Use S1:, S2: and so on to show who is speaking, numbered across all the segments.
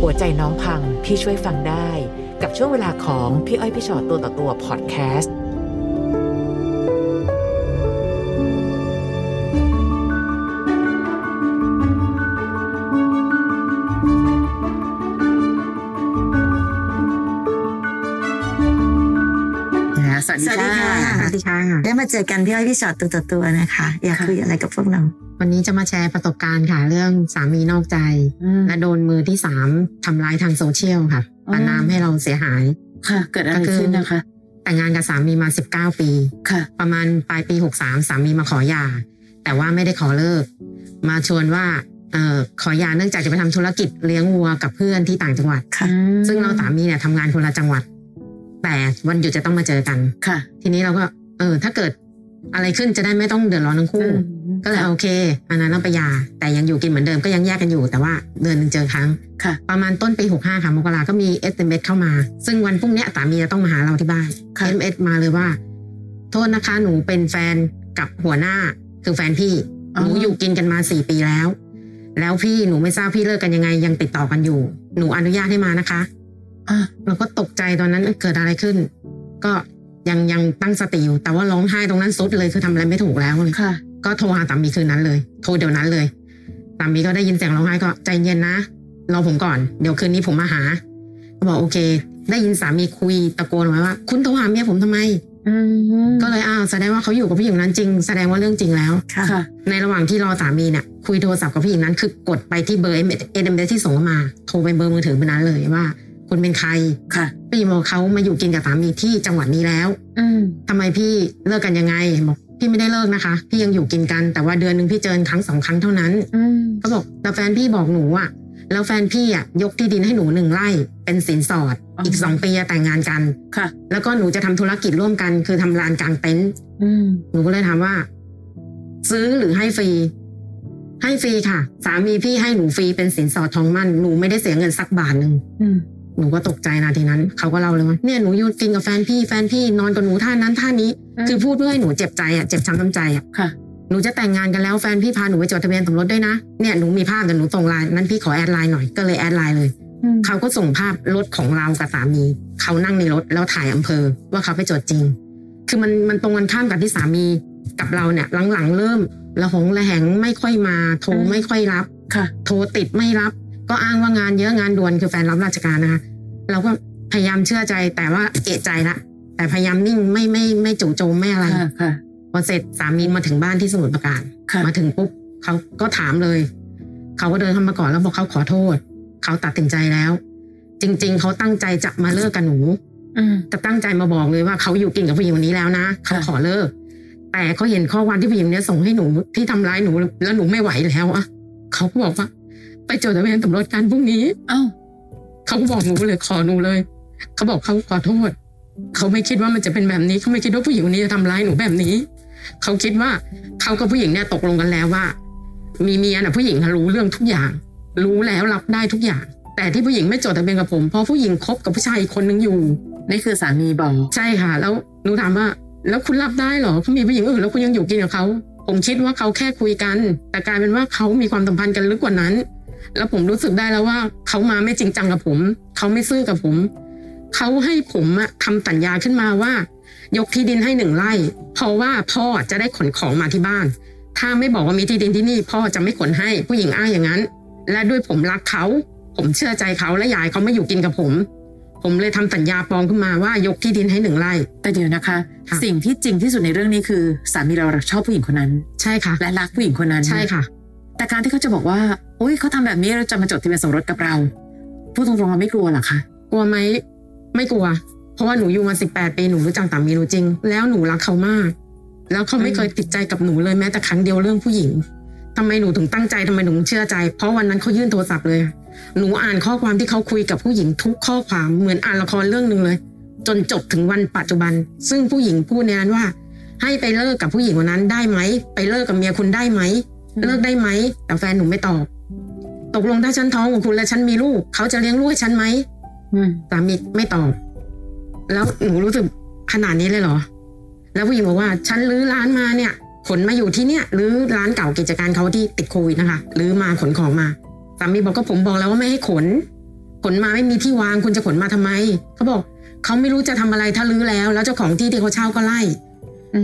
S1: หัวใจน้องพังพี่ช่วยฟังได้ กับช่วงเวลาของพี่อ้อยพี่ชอตตัวต่อตัวพอดแคสต์
S2: นะคะสวัสดี
S3: สวัสดี
S2: ค่ะ
S3: ค่ะ สวัสดีค่ะ
S2: ได้มาเจอกันพี่อ้อยพี่ชอตตัวต่อตัวนะคะ อยาก
S3: ค่ะ
S2: คุยอะไรกับพวกเรา
S3: วันนี้จะมาแชร์ประสบการณ์ค่ะ เรื่องสามีนอกใจ และโดนมือที่สามทำร้ายทางโซเชียลค่ะ
S4: อืม
S3: ประนามให้เราเสียหาย
S4: ค่ะ เกิดอะไร
S3: ก็คือ
S4: ขึ้นนะคะ
S3: แต่งงานกับสามีมา 19 ปี
S4: ค่ะ
S3: ประมาณปลายปี 63 สามีมาขอหย่า แต่ว่าไม่ได้ขอเลิก มาชวนว่าเออขอหย่าเนื่องจากจะไปทำธุรกิจเลี้ยงวัวกับเพื่อนที่ต่างจังหวัด
S2: ค่ะ
S3: ซึ่งเราสามีเนี่ยทำงานคนละจังหวัด แต่วันหยุดจะต้องมาเจอกัน
S4: ค่ะ
S3: ทีนี้เราก็เออถ้าเกิดอะไรขึ้นจะได้ไม่ต้องเดือดร้อนทั้งคู่ ก็เลย
S4: ค่ะ
S3: โอเคอันนั้นเราไปหยาแต่ยังอยู่กินเหมือนเดิมก็ยังแยกกันอยู่ แต่ว่าเดือนหนึ่งเจอครั้ง
S4: ค่ะ
S3: ประมาณต้นปี 65 ค่ะมกราก็มี SMS เข้ามา ซึ่งวันพรุ่งเนี้ยสามีจะต้องมาหาเราที่บ้าน
S4: ค่ะ
S3: SMS มาเลยว่า โทษนะคะหนูเป็นแฟนกับหัวหน้าคือแฟนพี่
S4: อ๋อ
S3: หนูอยู่กินกันมา 4 ปีแล้ว แล้วพี่หนูไม่ทราบพี่เลิกกันยังไงยังติดต่อกันอยู่ หนูอนุญาตให้มานะคะ
S4: อ่ะ
S3: เราก็ตกใจตอนนั้นเกิดอะไรขึ้น ก็ยังยังตั้งสติอยู่แต่ว่าร้องไห้ตรงนั้นสุดเลยคือทำอะไรไม่ถูกแล้วเลย
S4: ค่ะ
S3: ก็โทรหาสามีคืนนั้นเลย โทรเดี๋ยวนั้นเลยสามีก็ได้ยินเสียงร้องไห้ก็ใจเย็นนะ รอผมก่อน เดี๋ยวคืนนี้ผมมาหา ก็บอกโอเค ได้ยินสามีคุยตะโกนไว้ว่า คุณโทรหาเมียผมทำไม
S4: อืม
S3: ก็เลยอ้าวแสดงว่าเขาอยู่กับผู้หญิงนั้นจริง แสดงว่าเรื่องจริงแล้ว
S2: ค่ะ
S4: ค่ะ
S3: ในระหว่างที่รอสามีเนี่ยคุยโทรศัพท์กับผู้หญิงนั้น คือกดไปที่เบอร์เอ็มเอที่ส่งเข้ามา โทรไปเบอร์มือถือเบอร์นั้นเลยว่า คุณเป็นใคร
S4: ค่ะ
S3: ผู้หญิงบอกเขามาอยู่กินกับสามีที่จังหวัดนี้แล้ว
S4: อืม
S3: ทำไมพี่เลิกกันยังไงบอกพี่ไม่ได้เลิกนะคะ พี่ยังอยู่กินกันแต่ว่าเดือนหนึ่งพี่เจอกันครั้งสองครั้งเท่านั้น
S4: อืม
S3: เขาบอกแต่แฟนพี่บอกหนูอะแล้วแฟนพี่อะยกที่ดินให้หนูหนึ่งไร่เป็นสินสอด อีกสองปีจะแต่งงานกัน
S4: ค่ะ
S3: แล้วก็หนูจะทำธุรกิจร่วมกันคือทำลานกลางเต็นท์
S4: อืม
S3: หนูก็เลยถามว่า ซื้อหรือให้ฟรีให้ฟรีค่ะ สามีพี่ให้หนูฟรีเป็นสินสอดทองมั่นหนูไม่ได้เสียเงินสักบาทหนึ่ง
S4: อืม
S3: หนูก็ตกใจนาทีนั้น เขาก็เล่าเลยว่าเนี่ยหนูอยู่กินกับแฟนพี่แฟนพี่นอนกับหนูท่านั้นท่านี้ คือพูดเพื่อให้หนูเจ็บใจอ่ะเจ็บช้ำน้ำใจอ่ะ
S4: ค่ะ
S3: หนูจะแต่งงานกันแล้วแฟนพี่พาหนูไปจดทะเบียนสมรสด้วยนะเนี่ยหนูมีภาพกันหนูส่งไลน์นั้นพี่ขอแอดไลน์หน่อยก็เลยแอดไลน์เลย
S4: อืม
S3: เขาก็ส่งภาพรถของเรากับสามี เขานั่งในรถแล้วถ่ายอำเภอว่าเขาไปจดจริง คือมันมันตรงกันข้ามกับที่สามีกับเราเนี่ยหลังๆเริ่มระหองระแหงไม่ค่อยมาโทรไม่ค่อยรับ
S4: ค่ะ
S3: โทรติดไม่รับ ก็อ้างว่างานเยอะงานด่วนคือแฟนรับราชการนะคะเราก็พยายามเชื่อใจแต่ว่าเอะใจละแต่พยายามนิ่งไม่ไม่ไม่จู่โจมไม่อะไร
S4: ค่ะ ค่ะ
S3: พอเสร็จสามีมาถึงบ้านที่สมุทรปราการ
S4: ค่ะ
S3: มาถึงปุ๊บเขาก็ถามเลย เขาก็เดินเข้ามาก่อนแล้วบอกเขาขอโทษ เขาตัดสินใจแล้ว จริง ๆ เขาตั้งใจจะมาเลิกกับหนู
S4: อืม
S3: จะตั้งใจมาบอกเลยว่าเขาอยู่กินกับผู้หญิงคนนี้แล้วนะเขา
S4: ค่ะ
S3: ขอเลิก แต่เขาเห็นข้อความที่ผู้หญิงคนเนี้ยส่งให้หนูที่ทำร้ายหนูแล้วหนูไม่ไหวแล้วอะเขาก็บอกว่า ไปจดทะเบียนสมรสกันพรุ่งนี้
S4: เอ้า
S3: เขาก็บอกหนูเลยขอหนูเลย เขาบอกเขาขอโทษ เขาไม่คิดว่ามันจะเป็นแบบนี้เขาไม่คิดว่าผู้หญิงคนนี้จะทำร้ายหนูแบบนี้ เขาคิดว่าเขากับผู้หญิงเนี่ยตกลงกันแล้วว่า มีเมียน่ะผู้หญิงน่ะรู้เรื่องทุกอย่าง รู้แล้วรับได้ทุกอย่าง แต่ที่ผู้หญิงไม่จดทะเบียนกับผมเพราะผู้หญิงคบกับผู้ชายอีกคนนึงอยู่
S4: นี่คือสามีบอก
S3: ใช่ค่ะ แล้วหนูถามว่า แล้วคุณรับได้เหรอเขามีผู้หญิงอื่นแล้วคุณยังอยู่กินกับเขาผมคิดว่าเขาแค่คุยกัน แต่กลายเป็นว่าเขามีความสัมพันธ์กันลึกกว่านั้น แล้วผมรู้สึกได้แล้วว่า เขามาไม่จริงจังกับผม เขาไม่ซื่อกับผม เขาให้ผมอะทำสัญญาขึ้นมาว่า ยกที่ดินให้หนึ่งไร่ เพราะว่าพ่อจะได้ขนของมาที่บ้าน ถ้าไม่บอกว่ามีที่ดินที่นี่ พ่อจะไม่ขนให้ผู้หญิงอ้างอย่างนั้น และด้วยผมรักเขา ผมเชื่อใจเขาและอยายเขาไม่อยู่กินกับผม ผมเลยทำสัญญาปลอมขึ้นมาว่ายกที่ดินให้หนึ่งไร่
S4: แต่เดี๋ยวนะคะ
S3: ค่ะ
S4: สิ่งที่จริงที่สุดในเรื่องนี้คือสามีเราชอบผู้หญิงคนนั้น
S3: ใช่ค่ะ
S4: และรักผู้หญิงคนนั้น
S3: ใช่ค่ะ
S4: แต่การที่เขาจะบอกว่าอุ้ยเขาทำแบบนี้เราจะมาจดทะเบียนสมรสกับเราพูดตรงๆเราไม่กลัวเหรอคะ
S3: กลัวไหมไม่กลัว เพราะว่าหนูอยู่มาสิบแปดปีหนูรู้จักสามีหนูจริง แล้วหนูรักเขามาก แล้วเขาไม่
S4: อืม
S3: เคยติดใจกับหนูเลยแม้แต่ครั้งเดียวเรื่องผู้หญิงทำไมหนูถึงตั้งใจทำไมหนูถึงเชื่อใจ เพราะวันนั้นเขายื่นโทรศัพท์เลยอะหนูอ่านข้อความที่เขาคุยกับผู้หญิงทุกข้อความเหมือนอ่านละครเรื่องหนึ่งเลย จนจบถึงวันปัจจุบัน ซึ่งผู้หญิงพูดในนั้นว่า ให้ไปเลิกกับผู้หญิงคนนั้นได้ไหมไปเลิกกับเมียคุณได้ไหม เลิกได้ไหม แต่แฟนหนูไม่ตอบ ตกลงถ้าฉันท้องของคุณและฉันมีลูก เขาจะเลี้ยงลูกให้ฉันไหม
S4: อืม
S3: สามีไม่ตอบ แล้วหนูรู้สึกขนาดนี้เลยเหรอ แล้วผู้หญิงบอกว่าฉันรื้อร้านมาเนี่ยขนมาอยู่ที่เนี่ยรื้อร้านเก่ากิจการเขาที่ติดโควิดนะคะรื้อมาขนของมาสามีบอกก็ผมบอกแล้วว่าไม่ให้ขน ขนมาไม่มีที่วางคุณจะขนมาทำไมเขาบอกเขาไม่รู้จะทำอะไรถ้ารื้อแล้ว แล้วเจ้าของที่ที่เขาเช่าก็ไล่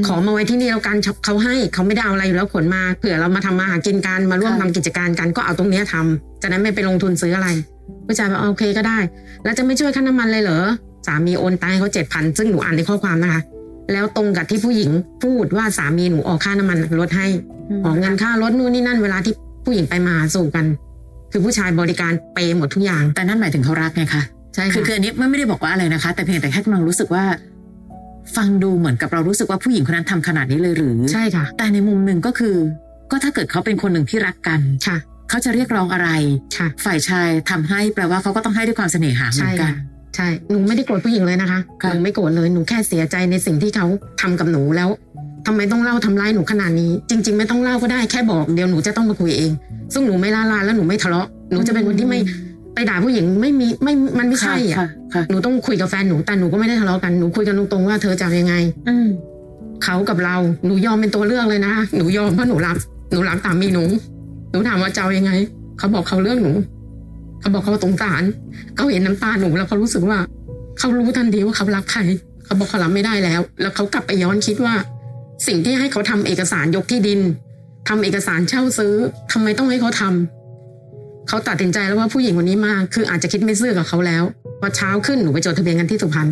S4: ม
S3: ขอมาไว้ที่นี่แล้วกันเขาให้เขาไม่ได้เอาอะไรอยู่แล้วขนมาเผื่อเรามาทำมาหากินกันมาร่วมทำกิจการกันก็เอาตรงเนี้ยทำจะนั้นไม่ไปลงทุนซื้ออะไรผู้ชายบอกโอเคก็ได้ แล้วจะไม่ช่วยค่าน้ำมันเลยเหรอสามีโอนตังค์ให้เขาเจ็ดพันซึ่งหนูอ่านในข้อความนะคะ แล้วตรงกับที่ผู้หญิงพูดว่าสามีหนูออกค่าน้ำมันลดให้ ขอเงินค่ารถนู่นนี่นั่นเวลาที่ผู้หญิงไปมาหาสู่กัน คือผู้ชายบริการเปย์หมดทุกอย่าง
S4: แต่นั่นหมายถึงเขารักไงคะ
S3: ใช่
S4: คือ
S3: ค่ะ
S4: คืออันนี้ไม่ไม่ได้บอกว่าอะไรนะคะ แต่เพียงแต่แค่กำลังรู้สึกว่า ฟังดูเหมือนกับเรารู้สึกว่าผู้หญิงคนนั้นทำขนาดนี้เลยหรือ
S3: ใช่ค่ะ
S4: แต่ในมุมหนึ่งก็คือ ก็ถ้าเกิดเขาเป็นคนหนึ่งที่รักกัน
S3: ค่ะ
S4: เขาจะเรียกร้องอะไร
S3: ค่ะ
S4: ฝ่ายชายทำให้แปลว่าเขาก็ต้องให้ด้วยความเสน่หาเหมื
S3: ใช่
S4: อนกั
S3: ค่ะ
S4: น
S3: ใช่หนูไม่ได้โกรธผู้หญิงเลยนะคะ
S4: ค่ะ
S3: หนูไม่โกรธเลยหนูแค่เสียใจในสิ่งที่เขาทำกับหนูแล้วทำไมต้องเล่าทำร้ายหนูขนาดนี้ จริง ๆ ไม่ต้องเล่าก็ได้แค่บอกเดี๋ยวหนูจะต้องมาคุยเอง ซึ่งหนูไม่ล่าลานแล้วหนูไม่ทะเลาะหนูจะเป็นคนที่ไม่ไปด่าผู้หญิงไม่มีไม่มันไม่ใช่อ่ะ
S4: ค่ะค่ะ
S3: หนูต้องคุยกับแฟนหนูแต่หนูก็ไม่ได้ทะเลาะกันหนูคุยกันตรงๆว่าเธอจะเอายังไง
S4: อืม
S3: เขากับเราหนูยอมเป็นตัวเลือกเลยนะคะหนูยอมเพราะหนูรักหนูรักสามีหนูหนูถามว่าเจ้ายังไง เขาบอกเขาเลือกหนู เขาบอกเขาสงสารเขาเห็นน้ำตาหนูแล้วเขารู้สึกว่า เขารู้ทันทีว่าเขารักใครเขาบอกเขารับไม่ได้แล้ว แล้วเขากลับไปย้อนคิดว่า สิ่งที่ให้เขาทำเอกสารยกที่ดินทำเอกสารเช่าซื้อทำไมต้องให้เขาทำเขาตัดสินใจแล้วว่าผู้หญิงคนนี้มาคืออาจจะคิดไม่ซื่อกับเขาแล้วพอเช้าขึ้นหนูไปจดทะเบียนกันที่สุพรรณ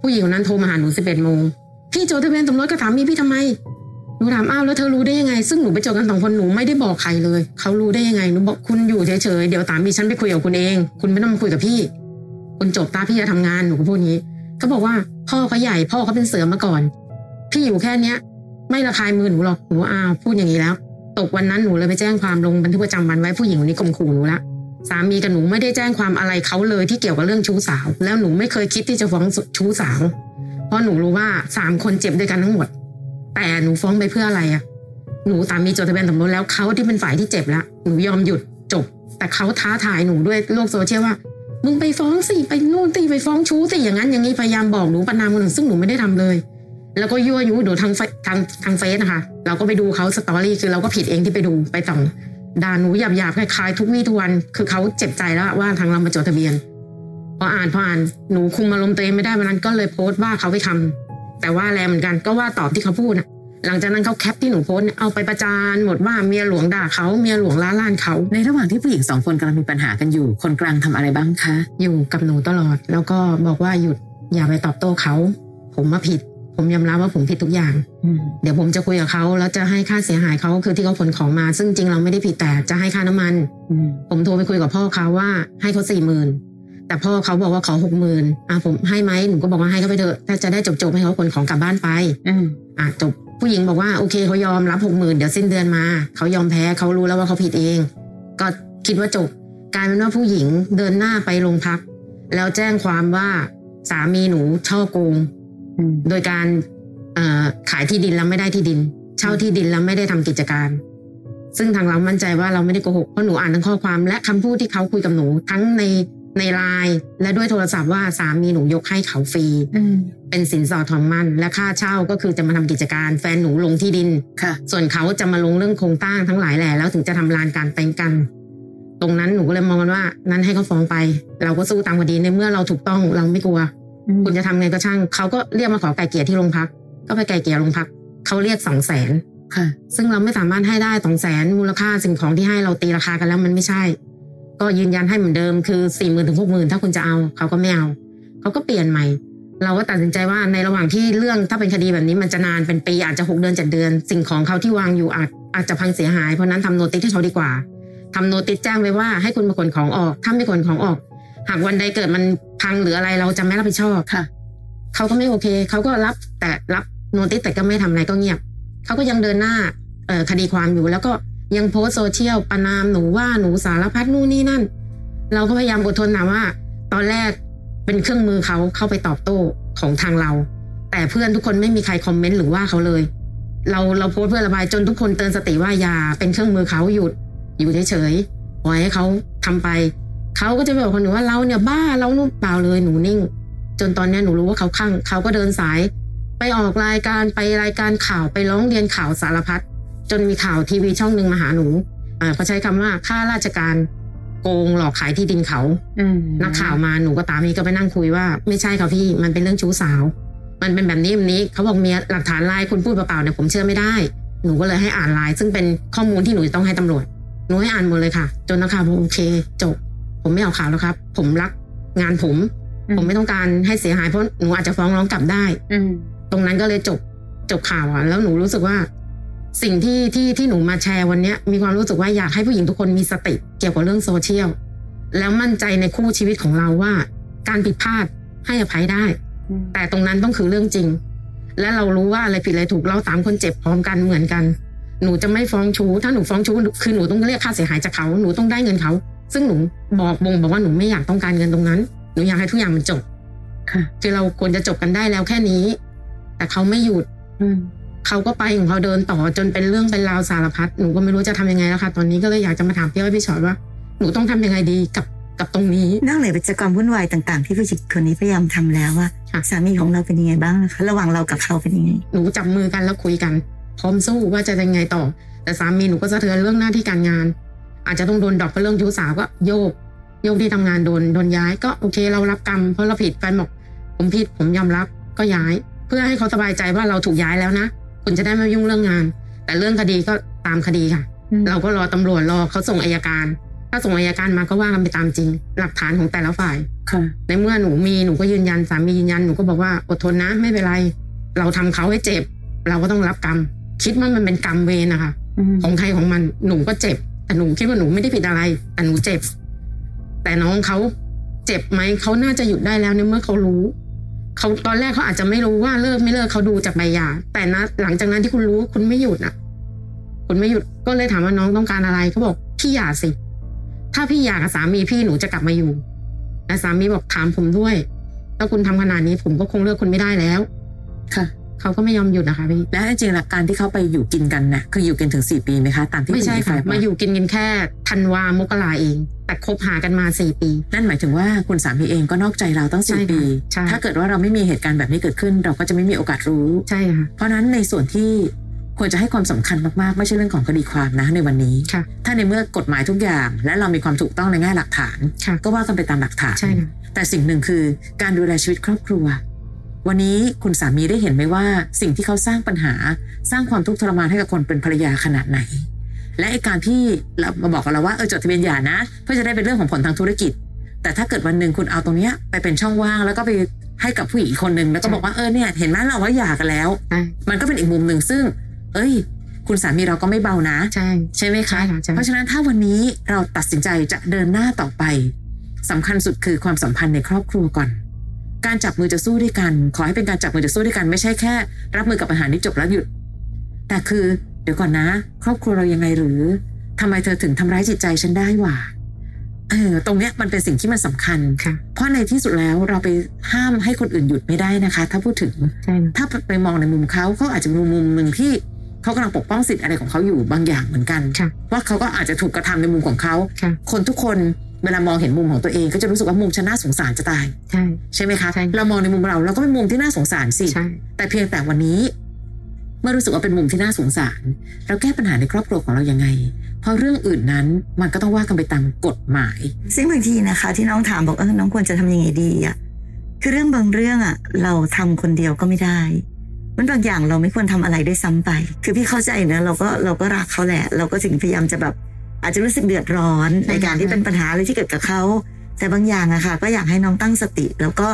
S3: ผู้หญิงคนนั้นโทรมาหาหนูสิบเอ็ดโมง พี่จดทะเบียนสมรสกับสามีพี่ทำไม หนูถามอ้าวแล้วเธอรู้ได้ยังไง ซึ่งหนูไปเจอกันสองคนหนูไม่ได้บอกใครเลย เขารู้ได้ยังไง หนูบอกคุณอยู่เฉยๆ เดี๋ยวสามีฉันไปคุยกับคุณเอง คุณไม่ต้องมาคุยกับพี่ คุณจบตาพี่จะทำงาน หนูก็พูดอย่างนี้ เขาบอกว่าพ่อเขาใหญ่พ่อเขาเป็นเสือมาก่อน พี่อยู่แค่เนี้ย ไม่ระคายมือหนูหรอก หนูว่าอ้าวพูดอย่างนี้แล้ว ตกวันนั้นหนูเลยไปแจ้งความลงบันทึกประจำวันไว้ผู้หญิงคนนี้ข่มขู่หนูละ สามีกับหนูไม่ได้แจ้งความอะไรเขาเลยที่เกี่ยวกับเรื่องชู้สาว แล้วหนูไม่เคยคิดที่จะฟ้องชู้สาว เพราะหนูรู้ว่าสามคนเจ็บด้วยกันทั้งหมด แต่หนูฟ้องไปเพื่ออะไรอะหนูสามีจดทะเบียนสมรสแล้วเขาที่เป็นฝ่ายที่เจ็บละหนูยอมหยุดจบ แต่เขาท้าทายหนูด้วยโลกโซเชียลว่า มึงไปฟ้องสิไปนู่นสิไปฟ้องชู้สิอย่างนั้นอย่างนี้พยายามบอกหนูประนามคนหนึ่งซึ่งหนูไม่ได้ทำเลย แล้วก็ยั่วยุหนูทางไฟทางทางเฟซนะคะเราก็ไปดูเขาสตอรี่คือเราก็ผิดเองที่ไปดูไปต่องด่าหนูหยาบๆคล้ายๆทุกวี่ทุกวันคือเขาเจ็บใจแล้วว่าทางเรามาจดทะเบียน พออ่านพออ่านหนูคุมอารมณ์ตัวเองไม่ได้วันนั้นก็เลยโพสต์ว่าเขาไปทำแต่ว่าแรงเหมือนกันก็ว่าตอบที่เขาพูดนะหลังจากนั้นเขาแคปที่หนูโพสต์เนี่ยเอาไปประจานหมดว่าเมียหลวงด่าเขาเมียหลวงล้าล่านเขา
S4: ในระหว่างที่ผู้หญิงสองคนกำลังมีปัญหากันอยู่ คนกลางทำอะไรบ้างคะ
S3: อยู่กับหนูตลอด แล้วก็บอกว่าหยุดอย่าไปตอบโต้เขา ผมว่าผิด ผมยอมรับว่าผมผิดทุกอย่าง
S4: อืม
S3: เดี๋ยวผมจะคุยกับเขาแล้วจะให้ค่าเสียหายเขาคือที่เขาขนของมา ซึ่งจริงเราไม่ได้ผิดแต่จะให้ค่าน้ำมัน
S4: อืม
S3: ผมโทรไปคุยกับพ่อเขาว่าให้เขาสี่หมื่นแต่พ่อเขาบอกว่าขอหกหมื่นอ่ะผมให้ไหมหนูก็บอกว่าให้เขาไปเถอะถ้าจะได้จบๆให้เขาขนของกลับบ้านไป
S4: อืม
S3: อ่ะจบผู้หญิงบอกว่าโอเคเขายอมรับหกหมื่นเดี๋ยวสิ้นเดือนมาเขายอมแพ้เขารู้แล้วว่าเขาผิดเอง ก็คิดว่าจบกลายเป็นว่าผู้หญิงเดินหน้าไปโรงพัก แล้วแจ้งความว่าสามีหนูช่อโกง
S4: อืม
S3: โดยการเอ่อขายที่ดินแล้วไม่ได้ที่ดิน เช่าที่ดินแล้วไม่ได้ทำกิจการ ซึ่งทางเรามั่นใจว่าเราไม่ได้โกหกเพราะหนูอ่านทั้งข้อความและคำพูดที่เขาคุยกับหนูทั้งในในไลน์และด้วยโทรศัพท์ว่าสามีหนูยกให้เขาฟรี
S4: อืม
S3: เป็นสินสอดทองมั่นและค่าเช่าก็คือจะมาทำกิจการแฟนหนูลงที่ดิน
S4: ค่ะ
S3: ส่วนเขาจะมาลงเรื่องโครงสร้างทั้งหลายแหล่แล้วถึงจะทำลานการเต็นท์กัน ตรงนั้นหนูก็เลยมองกันว่า นั้นให้เขาฟ้องไป เราก็สู้ตามคดีในเมื่อเราถูกต้องเราไม่กลัว คุณจะทำไงก็ช่างเขาก็เรียกมาขอไก่เกลี่ยที่โรงพัก ก็ไปไก่เกลี่ยโรงพักเขาเรียกสองแสน
S4: ค่ะ
S3: ซึ่งเราไม่สามารถให้ได้สองแสนมูลค่าสิ่งของที่ให้เราตีราคากันแล้วมันไม่ใช่ ก็ยืนยันให้เหมือนเดิมคือสี่หมื่นถึงหกหมื่นถ้าคุณจะเอาเขาก็ไม่เอาเขาก็เปลี่ยนใหม่ เราก็ตัดสินใจว่าในระหว่างที่เรื่องถ้าเป็นคดีแบบนี้มันจะนานเป็นปีอาจจะหกเดือนเจ็ดเดือน สิ่งของเขาที่วางอยู่อาจอาจจะพังเสียหายเพราะนั้นทำโนติสให้เขาดีกว่าทำโนติสแจ้งไว้ว่าให้คุณมาขนของออกถ้าไม่ขนของออก หากวันใดเกิดมันพังหรืออะไรเราจะไม่รับผิดชอบ
S4: ค่ะ
S3: เขาก็ไม่โอเค เขาก็รับแต่รับโนติสแต่ก็ไม่ทำอะไรก็เงียบ เขาก็ยังเดินหน้าเอ่อคดีความอยู่ แล้วก็ยังโพสต์โซเชียลประนามหนูว่าหนูสารพัดนู่นนี่นั่น เราก็พยายามอดทนนะว่า ตอนแรกเป็นเครื่องมือเขาเข้าไปตอบโต้ของทางเรา แต่เพื่อนทุกคนไม่มีใครคอมเมนต์หรือว่าเขาเลย เราเราโพสต์เพื่อระบายจนทุกคนเตือนสติว่าอย่าเป็นเครื่องมือเขาหยุดอยู่เฉยๆปล่อยให้เขาทำไป เขาก็จะไปบอกคนอื่นว่าเราเนี่ยบ้าเรานู่นเปล่าเลยหนูนิ่ง จนตอนเนี้ยหนูรู้ว่าเขาคลั่งเขาก็เดินสาย ไปออกรายการไปรายการข่าวไปร้องเรียนข่าวสารพัดจนมีข่าวทีวีช่องหนึ่งมาหาหนูอ่าเขาใช้คำว่าข้าราชการ โกงหลอกขายที่ดินเขา
S4: อืม
S3: นักข่าวมาหนูก็ตามนี้ก็ไปนั่งคุยว่า ไม่ใช่ค่ะพี่มันเป็นเรื่องชู้สาว มันเป็นแบบนี้แบบนี้เขาบอกเมียหลักฐานไลน์คุณพูดเปล่าๆเนี่ยผมเชื่อไม่ได้ หนูก็เลยให้อ่านไลน์ซึ่งเป็นข้อมูลที่หนูจะต้องให้ตำรวจหนูให้อ่านหมดเลยค่ะ จนนักข่าวบอกโอเค จบ ผมไม่เอาข่าวแล้วครับ ผมรักงานผม ผมไม่ต้องการให้เสียหายเพราะหนูอาจจะฟ้องร้องกลับได้
S4: อืม
S3: ตรงนั้นก็เลยจบจบข่าวอ่ะ แล้วหนูรู้สึกว่า สิ่งที่ที่ที่หนูมาแชร์วันเนี้ย มีความรู้สึกว่าอยากให้ผู้หญิงทุกคนมีสติเกี่ยวกับเรื่องโซเชียลแล้วมั่นใจในคู่ชีวิตของเราว่า การผิดพลาดให้อภัยได้ แต่ตรงนั้นต้องคือเรื่องจริง และเรารู้ว่าอะไรผิดอะไรถูกเราสามคนเจ็บพร้อมกันเหมือนกัน หนูจะไม่ฟ้องชู้ถ้าหนูฟ้องชู้คือหนูต้องเรียกค่าเสียหายจากเขาหนูต้องได้เงินเขา ซึ่งหนูบอกบ่งบอกว่าหนูไม่อยากต้องการเงินตรงนั้นหนูอยากให้ทุกอย่างมันจบ
S4: ค่ะ
S3: คือเราควรจะจบกันได้แล้วแค่นี้ แต่เขาไม่หยุด
S4: อืม
S3: เขาก็ไปของเขาเดินต่อจนเป็นเรื่องเป็นราวสารพัดหนูก็ไม่รู้จะทำยังไงแล้วค่ะ ตอนนี้ก็เลยอยากจะมาถามพี่อ้อยพี่ชอตว่าหนูต้องทำยังไงดีกับกับตรงนี้
S2: นอกเหนือไปจากความวุ่นวายต่าง ๆ ที่ผู้หญิงคนนี้พยายามทำแล้วว่า
S3: ค่ะ
S2: สามีของเราเป็นยังไงบ้างนะคะ ระหว่างเรากับเขาเป็นยังไง
S3: หนูจับมือกันแล้วคุยกัน พร้อมสู้ว่าจะยังไงต่อ แต่สามีหนูก็สะเทือนเรื่องหน้าที่การงาน อาจจะต้องโดนดรอกเพราะเรื่องชู้สาวก็โยก โยกที่ทำงานโดนโดนย้ายก็โอเคเรารับกรรมเพราะเราผิดแฟนบอกผมผิดผมยอมรับก็ย้าย เพื่อให้เขาสบายใจว่าเราถูกย้ายแล้วนะคุณจะได้ไม่ยุ่งเรื่องงาน แต่เรื่องคดีก็ตามคดีค่ะ
S4: อืม
S3: เราก็รอตำรวจรอเขาส่งอายการ ถ้าส่งอายการมาก็ว่ากันไปตามจริง หลักฐานของแต่ละฝ่าย
S4: ค่ะ
S3: ในเมื่อหนูมีหนูก็ยืนยันสามียืนยันหนูก็บอกว่าอดทนนะไม่เป็นไร เราทำเขาให้เจ็บ เราก็ต้องรับกรรม คิดว่ามันเป็นกรรมเวรนะคะ
S4: อืม
S3: ของใครของมันหนูก็เจ็บ แต่หนูคิดว่าหนูไม่ได้ผิดอะไร แต่หนูเจ็บ แต่น้องเขาเจ็บไหมเขาน่าจะหยุดได้แล้วในเมื่อเขารู้เขาตอนแรกเขาอาจจะไม่รู้ว่าเลิกไม่เลิกเขาดูจากใบหย่าแต่นะหลังจากนั้นที่คุณรู้คุณไม่หยุดอ่ะ คุณไม่หยุดก็เลยถามว่าน้องต้องการอะไรเขาบอกพี่หย่าสิ ถ้าพี่หย่ากับสามีพี่หนูจะกลับมาอยู่แต่สามีบอกถามผมด้วยถ้าคุณทำขนาดนี้ผมก็คงเลิกคุณไม่ได้แล้ว
S4: ค่ะ
S3: เขาก็ไม่ยอมหยุดนะคะพี่
S4: แล้วจริงๆหลักการที่เขาไปอยู่กินกันนะคืออยู่กินถึงสี่ปีไหมคะตามที่
S3: ไม่
S4: ณ
S3: ใช่
S4: หญิง
S3: ค่ะ
S4: ฝ่ยบอก
S3: มาอยู่กินกันแค่ธันวามกราเอง แต่คบหากันมาสี่ปี
S4: นั่นหมายถึงว่าคุณสามีเองก็นอกใจเราตั้ง
S3: ใช่
S4: สี่
S3: ค่ะ
S4: ปี
S3: ใช่
S4: ถ้าเกิดว่าเราไม่มีเหตุการณ์แบบนี้เกิดขึ้น เราก็จะไม่มีโอกาสรู้
S3: ใช่ค่ะ
S4: เพราะฉะนั้นในส่วนที่ควรจะให้ความสำคัญมากๆ ไม่ใช่เรื่องของคดีความนะในวันนี้
S3: ค่ะ
S4: ถ้าในเมื่อกฎหมายทุกอย่าง และเรามีความถูกต้องในแง่หลักฐาน
S3: ค่ะ
S4: ก็ว่ากันไปตามหลักฐาน
S3: ใช่ค่ะ
S4: แต่สิ่งหนึ่งคือการดูแลชีวิตครอบครัว วันนี้คุณสามีได้เห็นไหมว่า สิ่งที่เขาสร้างปัญหาสร้างความทุกข์ทรมานให้กับคนเป็นภรรยาขนาดไหน และไอการที่เรามาบอกกับเราว่าเออจดทะเบียนหย่านะ เพื่อจะได้เป็นเรื่องของผลทางธุรกิจ แต่ถ้าเกิดวันหนึ่งคุณเอาตรงเนี้ยไปเป็นช่องว่าง แล้วก็ไปให้กับผู้หญิงอีกคนหนึ่งแล้วก็บอกว่าเออเนี่ยเห็นไหมเราว่าหย่ากันแล้ว
S3: ใช่
S4: มันก็เป็นอีกมุมหนึ่งซึ่ง เอ้ย คุณสามีเราก็ไม่เบานะ
S3: ใช่
S4: ใช่ไหมคะ
S3: ใช่ค่ะใช่
S4: เพราะฉะนั้นถ้าวันนี้เราตัดสินใจจะเดินหน้าต่อไปสำคัญสุดคือความสัมพันธ์ในครอบครัวก่อน การจับมือจะสู้ด้วยกัน ขอให้เป็นการจับมือจะสู้ด้วยกันไม่ใช่แค่ รับมือกับปัญหานี้จบแล้วหยุด แต่คือเดี๋ยวก่อนนะ ครอบครัวเรายังไงหรือทำไมเธอถึงทำร้ายจิตใจฉันได้หว่าเออตรงเนี้ยมันเป็นสิ่งที่มันสำคัญ
S3: ค่ะ
S4: เพราะในที่สุดแล้วเราไปห้ามให้คนอื่นหยุดไม่ได้นะคะ ถ้าพูดถึง
S3: ใช่
S4: ถ้าไปมองในมุมเขาเขาอาจจะมีมุมหนึ่งที่เขากำลังปกป้องสิทธิ์อะไรของเขาอยู่บางอย่างเหมือนกัน
S3: ค่ะ
S4: ว่าเขาก็อาจจะถูกกระทำในมุมของเขา
S3: ค่ะ
S4: คนทุกคนเวลามองเห็นมุมของตัวเอง ก็จะรู้สึกว่ามุมฉันน่าสงสารจะตาย
S3: ใช่
S4: ใช่ไหมคะ
S3: ใช่ค่ะ
S4: เรามองในมุมเราเราก็เป็นมุมที่น่าสงสารสิ
S3: ใช่
S4: แต่เพียงแต่วันนี้ เมื่อรู้สึกว่าเป็นมุมที่น่าสงสาร เราแก้ปัญหาในครอบครัวของเรายังไง เพราะเรื่องอื่นนั้นมันก็ต้องว่ากันไปตามกฎหมาย
S2: ซึ่งบางทีนะคะ ที่น้องถามบอกเออน้องควรจะทำยังไงดีอ่ะคือเรื่องบางเรื่องอ่ะ เราทำคนเดียวก็ไม่ได้ มันบางอย่างเราไม่ควรทำอะไรด้วยซ้ำไป คือพี่เข้าใจนะเราก็เราก็รักเขาแหละ เราก็ถึงพยายามจะแบบ อาจจะรู้สึกเดือดร้อน
S3: ใช่
S2: ในการที่
S3: ใช่
S2: เป็นปัญหาอะไรที่เกิดกับเขา แต่บางอย่างอะค่ะ ก็อยากให้น้องตั้งสติ แล้วก็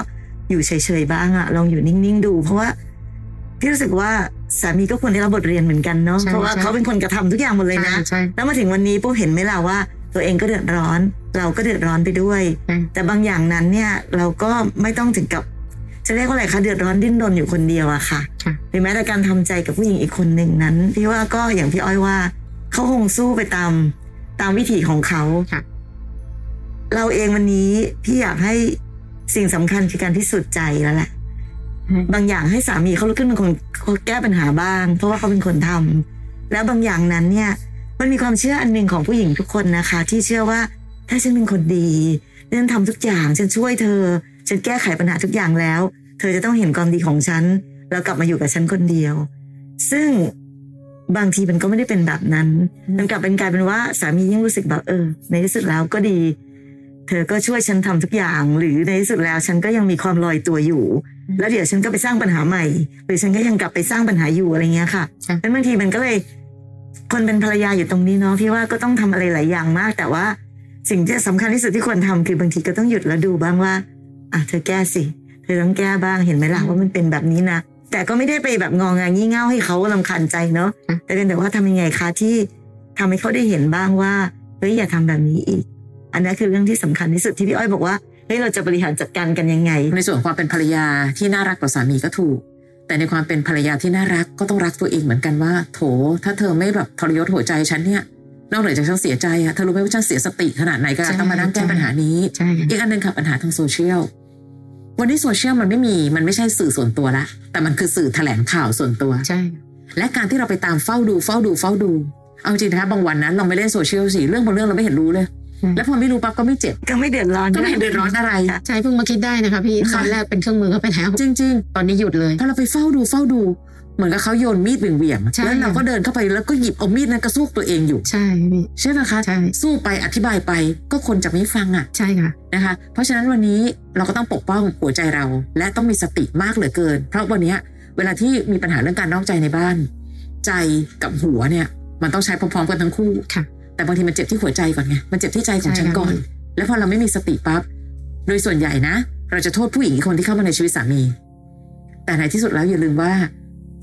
S2: อยู่เฉยๆบ้างอะลองอยู่นิ่งๆดู เพราะว่าพี่รู้สึกว่าสามีก็ควรได้รับบทเรียนเหมือนกันเนาะ
S3: ใช่
S2: เพราะว่า
S3: ใช่
S2: เขาเป็นคนกระทำทุกอย่างหมดเลยนะ
S3: ใช่
S2: แล้วมาถึงวันนี้ปุ๊บเห็นไหมล่ะว่า ตัวเองก็เดือดร้อน เราก็เดือดร้อนไปด้วย
S3: อืม
S2: แต่บางอย่างนั้นเนี่ยเราก็ไม่ต้องถึงกับจะเรียกว่าอะไรคะเดือดร้อนดิ้นรนอยู่คนเดียวอะค่ะ
S3: ค่ะ
S2: หรือแม้แต่การทำใจกับผู้หญิงอีกคนหนึ่งนั้นพี่ว่าก็อย่างพี่อ้อยว่าเขาคงสู้ไปตามตามวิถีของเขา
S3: ค่ะ
S2: เราเองวันนี้พี่อยากให้สิ่งสำคัญคือการพิสูจน์ใจแล้วแหละ บางอย่างให้สามีเขาลุกขึ้นเป็นคนแก้ปัญหาบ้าง เพราะว่าเขาเป็นคนทำแล้วบางอย่างนั้นเนี่ย มันมีความเชื่ออันหนึ่งของผู้หญิงทุกคนนะคะ ที่เชื่อว่าถ้าฉันเป็นคนดีฉันทำทุกอย่างฉันช่วยเธอ ฉันแก้ไขปัญหาทุกอย่างแล้ว เธอจะต้องเห็นความดีของฉัน แล้วกลับมาอยู่กับฉันคนเดียว ซึ่ง บางทีมันก็ไม่ได้เป็นแบบนั้น มันกลับเป็นกลายเป็นว่าสามียิ่งรู้สึกแบบเออ ในที่สุดแล้วก็ดี เธอก็ช่วยฉันทำทุกอย่าง หรือในที่สุดแล้วฉันก็ยังมีความลอยตัวอยู่
S4: อืม
S2: แล้วเดี๋ยวฉันก็ไปสร้างปัญหาใหม่ หรือฉันก็ยังกลับไปสร้างปัญหาอยู่อะไรเงี้ยค่ะ
S3: ค่ะ
S2: แล้วบางทีมันก็เลย คนเป็นภรรยาอยู่ตรงนี้เนาะพี่ว่าก็ต้องทำอะไรหลายอย่างมาก แต่ว่าสิ่งที่สำคัญที่สุดที่ควรทำคือบางทีก็ต้องหยุดแล้วดูบ้างว่าอ่ะเธอแก้สิเธอต้องแก้บ้างเห็นไหมล่ะว่ามันเป็นแบบนี้นะแต่ก็ไม่ได้ไปแบบงองงานงี่เง่าให้เขาลำคาญใจเนาะแต่เป็นแต่ว่าทำยังไงคะที่ทำให้เขาได้เห็นบ้างว่าเฮ้ยอย่าทำแบบนี้อีก อันนั้นคือเรื่องที่สำคัญที่สุดที่พี่อ้อยบอกว่าเฮ้ยเราจะบริหารจัดการกันยังไง
S4: ในส่วนของความเป็นภรรยาที่น่ารักต่อสามีก็ถูก แต่ในความเป็นภรรยาที่น่ารักก็ต้องรักตัวเองเหมือนกันว่า โถ ถ้าเธอไม่แบบทรยศหัวใจฉันเนี่ย นอกเหนือจากฉันเสียใจอะเธอรู้ไหมว่าฉันเสียสติขนาดไหนก็
S3: ใช่
S4: ต้องมานั่งแก้
S3: ใช่
S4: ปัญหานี้
S3: ใช่
S4: อีกอันหนึ่งค่ะปัญหาทางโซเชียล วันนี้โซเชียลมันไม่มีมันไม่ใช่สื่อส่วนตัวละ แต่มันคือสื่อแถลงข่าวส่วนตัว
S3: ใช่
S4: และการที่เราไปตามเฝ้าดูเฝ้าดูเฝ้าดู เอาจริงนะคะบางวันนะลองไปเล่นโซเชียลสิเรื่องบางเรื่องเราไม่เห็นรู้เลย
S3: อืม
S4: แล้วพอไม่รู้ปั๊บก็ไม่เจ็บ
S2: ก็ไม่เดือดร้อน
S4: ก็ไม่เห็นเดือดร้อนอะไร
S3: ใช่เพิ่งมาคิดได้นะคะ พี่
S4: ค่ะ
S3: ตอนแรกเป็นเครื่องมือเขาไปแล้ว
S4: จริง ๆ
S3: ตอนนี้หยุดเลย
S4: พอเราไปเฝ้าดูเฝ้าดู เหมือนกับเขาโยนมีดเหวี่ยงๆ
S3: ใช่
S4: แล้วเราก็เดินเข้าไปแล้วก็หยิบเอามีดนั้นกระซูกตัวเองอยู่
S3: ใช่พี่
S4: ใช่ไหมคะ
S3: ใช่
S4: สู้ไปอธิบายไปก็คนจะไม่ฟังอ่ะ
S3: ใช่ค่ะ
S4: นะคะ เพราะฉะนั้นวันนี้เราก็ต้องปกป้องหัวใจเรา และต้องมีสติมากเหลือเกิน เพราะวันเนี้ยเวลาที่มีปัญหาเรื่องการนอกใจในบ้าน ใจกับหัวเนี่ย มันต้องใช้พร้อมๆกันทั้งคู่
S3: ค่ะ
S4: แต่บางทีมันเจ็บที่หัวใจก่อนไงมันเจ็บที่ใจของฉันก่อน แล้วพอเราไม่มีสติปั๊บ โดยส่วนใหญ่นะ เราจะโทษผู้หญิงอีกคนที่เข้ามาในชีวิตสามี แต่ในที่สุดแล้วอย่าลืมว่า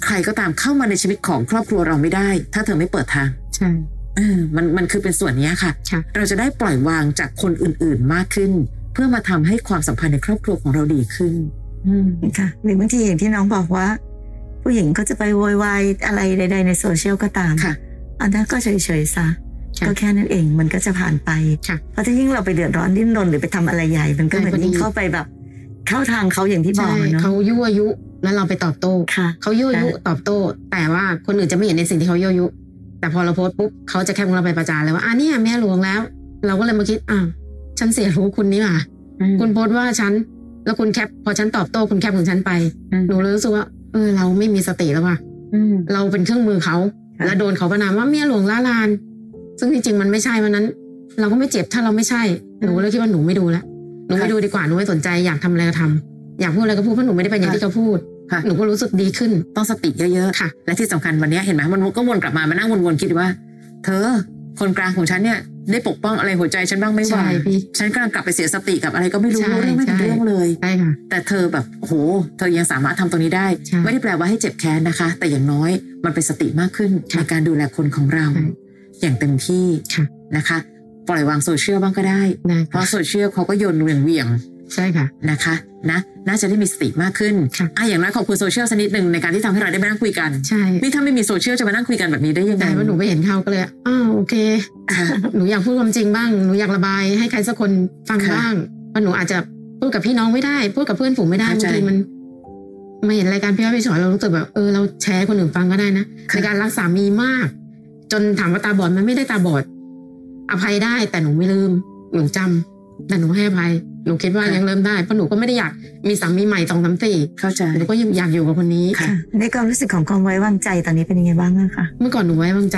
S4: ใครก็ตามเข้ามาในชีวิตของครอบครัวเราไม่ได้ ถ้าเธอไม่เปิดทาง
S3: ใช่
S4: เออมันมันคือเป็นส่วนเนี้ยค่ะ
S3: ค่ะ
S4: เราจะได้ปล่อยวางจากคนอื่นๆมากขึ้น เพื่อมาทำให้ความสัมพันธ์ในครอบครัวของเราดีขึ้น อืม
S2: ค่ะหรือบางทีอย่างที่น้องบอกว่า ผู้หญิงก็จะไปโวยวายอะไรใด ๆ ในโซเชียลก็ตาม
S4: ค่ะ
S2: อันนั้นก็เฉยๆซะ
S3: ค่ะ
S2: ก็แค่นั้นเองมันก็จะผ่านไป
S3: ค่ะ
S2: เพราะถ้ายิ่งเราไปเดือดร้อนดิ้นรนหรือไปทำอะไรใหญ่ มันก็เหมือน
S3: ใช่พอดี
S2: ยิ่งเข้าไปแบบ เข้าทางเขาอย่างที่บอ
S3: ใช่
S2: กอะเนาะ
S3: เขายั่วยุแล้วเราไปตอบโต้
S2: ค่ะ
S3: เขายั่วยุ
S2: ใช่
S3: ตอบโต้ แต่ว่าคนอื่นจะไม่เห็นในสิ่งที่เขายั่วยุ แต่พอเราโพสต์ปุ๊บเขาจะแคปของเราไปประจานเลยว่าอ่ะเนี่ยแม่หลวงแล้ว เราก็เลยมาคิดอ้าวฉันเสียรู้คุณนี่หว่าคุณโพสต์ว่าฉันแล้วคุณแคปพอฉันตอบโต้คุณแคปของฉันไป
S4: อืม
S3: หนูเลยรู้สึกว่าเออเราไม่มีสติแล้วว่ะ
S4: อืม
S3: เราเป็นเครื่องมือเขา
S2: ค่ะ
S3: แล้วโดนเขาประนามว่าเมียหลวงล้าลาน ซึ่งจริงๆมันไม่ใช่วันนั้น เราก็ไม่เจ็บถ้าเราไม่ใช่หนูเลยคิดว่าหนูไม่ดูแล้วหนูไม่
S4: ค่ะ
S3: ดูดีกว่าหนูไม่สนใจอยากทำอะไรก็ทำอยากพูดอะไรก็พูดเพราะหนูไม่ได้เป็นอย่างที่เขาพูด
S4: ค่ะ
S3: หนูก็รู้สึกดีขึ้น
S4: ต้องสติเยอะๆ
S3: ค่ะ
S4: และที่สำคัญวันเนี้ยเห็นไหมมันก็วนกลับมามานั่งวนๆคิดว่า เธอ คนกลางของฉันเนี่ยได้ปกป้องอะไรหัวใจฉันบ้างไหม่หวา
S3: ใช่พี่
S4: ฉันกำลังกลับไปเสียสติกับอะไรก็ไม่รู้
S3: ใช่
S4: เรื่องไม่เป็น
S3: ใช่
S4: เรื่องเลย
S3: ใช่ค่ะ
S4: แต่เธอแบบโอ้โห เธอยังสามารถทำตรงนี้ได้
S3: ใช่
S4: ไม่ได้แปลว่าให้เจ็บแค้นนะคะ แต่อย่างน้อยมันเป็นสติมากขึ้น
S3: ใช่
S4: ในการดูแลคนของเรา
S3: ใช่
S4: อย่างเต็มที่
S3: ค่ะ
S4: นะคะ ปล่อยวางโซเชียลบ้างก็ได้
S3: นะ
S4: เพราะโซเชียลเขาก็โยนเหวี่ยงๆ
S3: ใช่ค่ะ
S4: นะคะนะน่าจะได้มีสติมากขึ้น
S3: ค่ะ
S4: อ่ะอย่างน้อยขอบคุณโซเชียลสักนิดหนึ่งในการที่ทำให้เราได้มานั่งคุยกัน
S3: ใช่
S4: นี่ถ้าไม่มีโซเชียลจะมานั่งคุยกันแบบนี้ได้ยังไง
S3: แต่ว่าหนูไปเห็นเขาก็เลยอ้าวโอเค
S4: ค่ะ
S3: หนูอยากพูดความจริงบ้างหนูอยากระบายให้ใครสักคนฟัง
S4: ค่ะ
S3: บ้างว่าหนูอาจจะพูดกับพี่น้องไม่ได้ พูดกับเพื่อนฝูงไม่ได้
S4: เข้าใจ
S3: บางทีมันมาเห็นรายการพี่อ้อยพี่ชอยเรารู้สึกแบบเออเราแชร์ให้คนอื่นฟังก็ได้นะ
S4: ค่ะ
S3: ในการรักสามีมาก จนถามว่าตาบอดมันไม่ได้ตาบอด อภัยได้แต่หนูไม่ลืมหนูจำแต่หนูให้อภัยหนูคิดว่ายังเริ่มได้เพราะหนูก็ไม่ได้อยากมีสามีใหม่สองสามสี่
S4: เข้าใจ
S3: หนูก็ยังอยากอยู่กับคนนี้
S4: ค่ะ
S2: ในความรู้สึกของความไว้วางใจตอนนี้เป็นยังไงบ้างอะคะ
S3: เมื่อก่อนหนูไว้วางใจ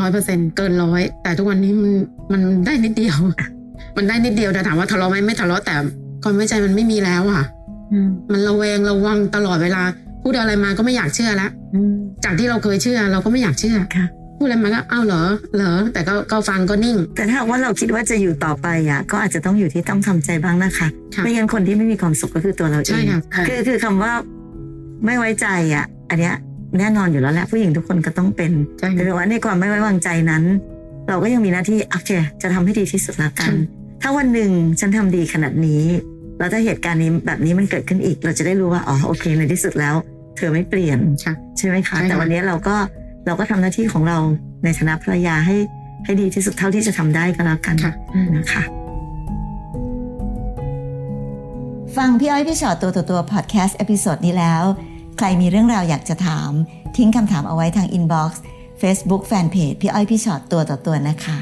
S3: ร้อยเปอร์เซ็นเกินร้อยแต่ทุกวันนี้มันมันได้นิดเดียว มันได้นิดเดียวแต่ถามว่าทะเลาะไหมไม่ทะเลาะแต่ความไว้ใจมันไม่มีแล้วอ่ะ มันระแวงระวังตลอดเวลา พูดอะไรมาก็ไม่อยากเชื่อละจากที่เราเคยเชื่อ เราก็ไม่อยากเชื่อ
S2: ค่ะ
S3: พูดอะไรมาก็อ้าวเหรอเหรอแต่ก็ก็ฟังก็นิ่ง
S2: แต่ถ้าหากว่าเราคิดว่าจะอยู่ต่อไปอะก็อาจจะต้องอยู่ที่ต้องทำใจบ้างนะคะ
S3: ค่ะ
S2: ไม่งั้นคนที่ไม่มีความสุขก็คือตัวเราเอ
S3: ใช่
S2: ง
S3: ค่ะ
S4: ค่ะ
S2: คือคือคำว่าไม่ไว้ใจอ่ะ อันเนี้ยแน่นอนอยู่แล้วแหละผู้หญิงทุกคนก็ต้องเป็น
S3: ใช่
S2: แต่
S3: ค่ะ
S2: ว่าในความไม่ไว้วางใจนั้น เราก็ยังมีหน้าที่โอเคจะทำให้ดีที่สุดละกัน
S3: ค่ะ
S2: ถ้าวันหนึ่งฉันทำดีขนาดนี้ แล้วถ้าเหตุการณ์นี้แบบนี้มันเกิดขึ้นอีก เราจะได้รู้ว่าอ๋อโอเคในที่สุดแล้ว เธอไม่เปลี่ยน
S3: ค่ะ
S2: ใช่ไหมคะ
S3: ใช่ค่ะ
S2: แต่วันนี้เราก็เราก็ทำหน้าที่ของเราในฐานะภรรยาให้ให้ดีที่สุดเท่าที่จะทำได้ก็แล้วกัน
S3: ค่ะ
S2: นะคะ
S5: ฟังพี่อ้อยพี่ชอตตัวต่อตัวพอดแคสต์เอพิโซดนี้แล้ว ใครมีเรื่องราวอยากจะถาม ทิ้งคำถามเอาไว้ทางอินบ็อกซ์เฟซบุ๊กแฟนเพจพี่อ้อยพี่ชอตตัวต่อตัวนะคะ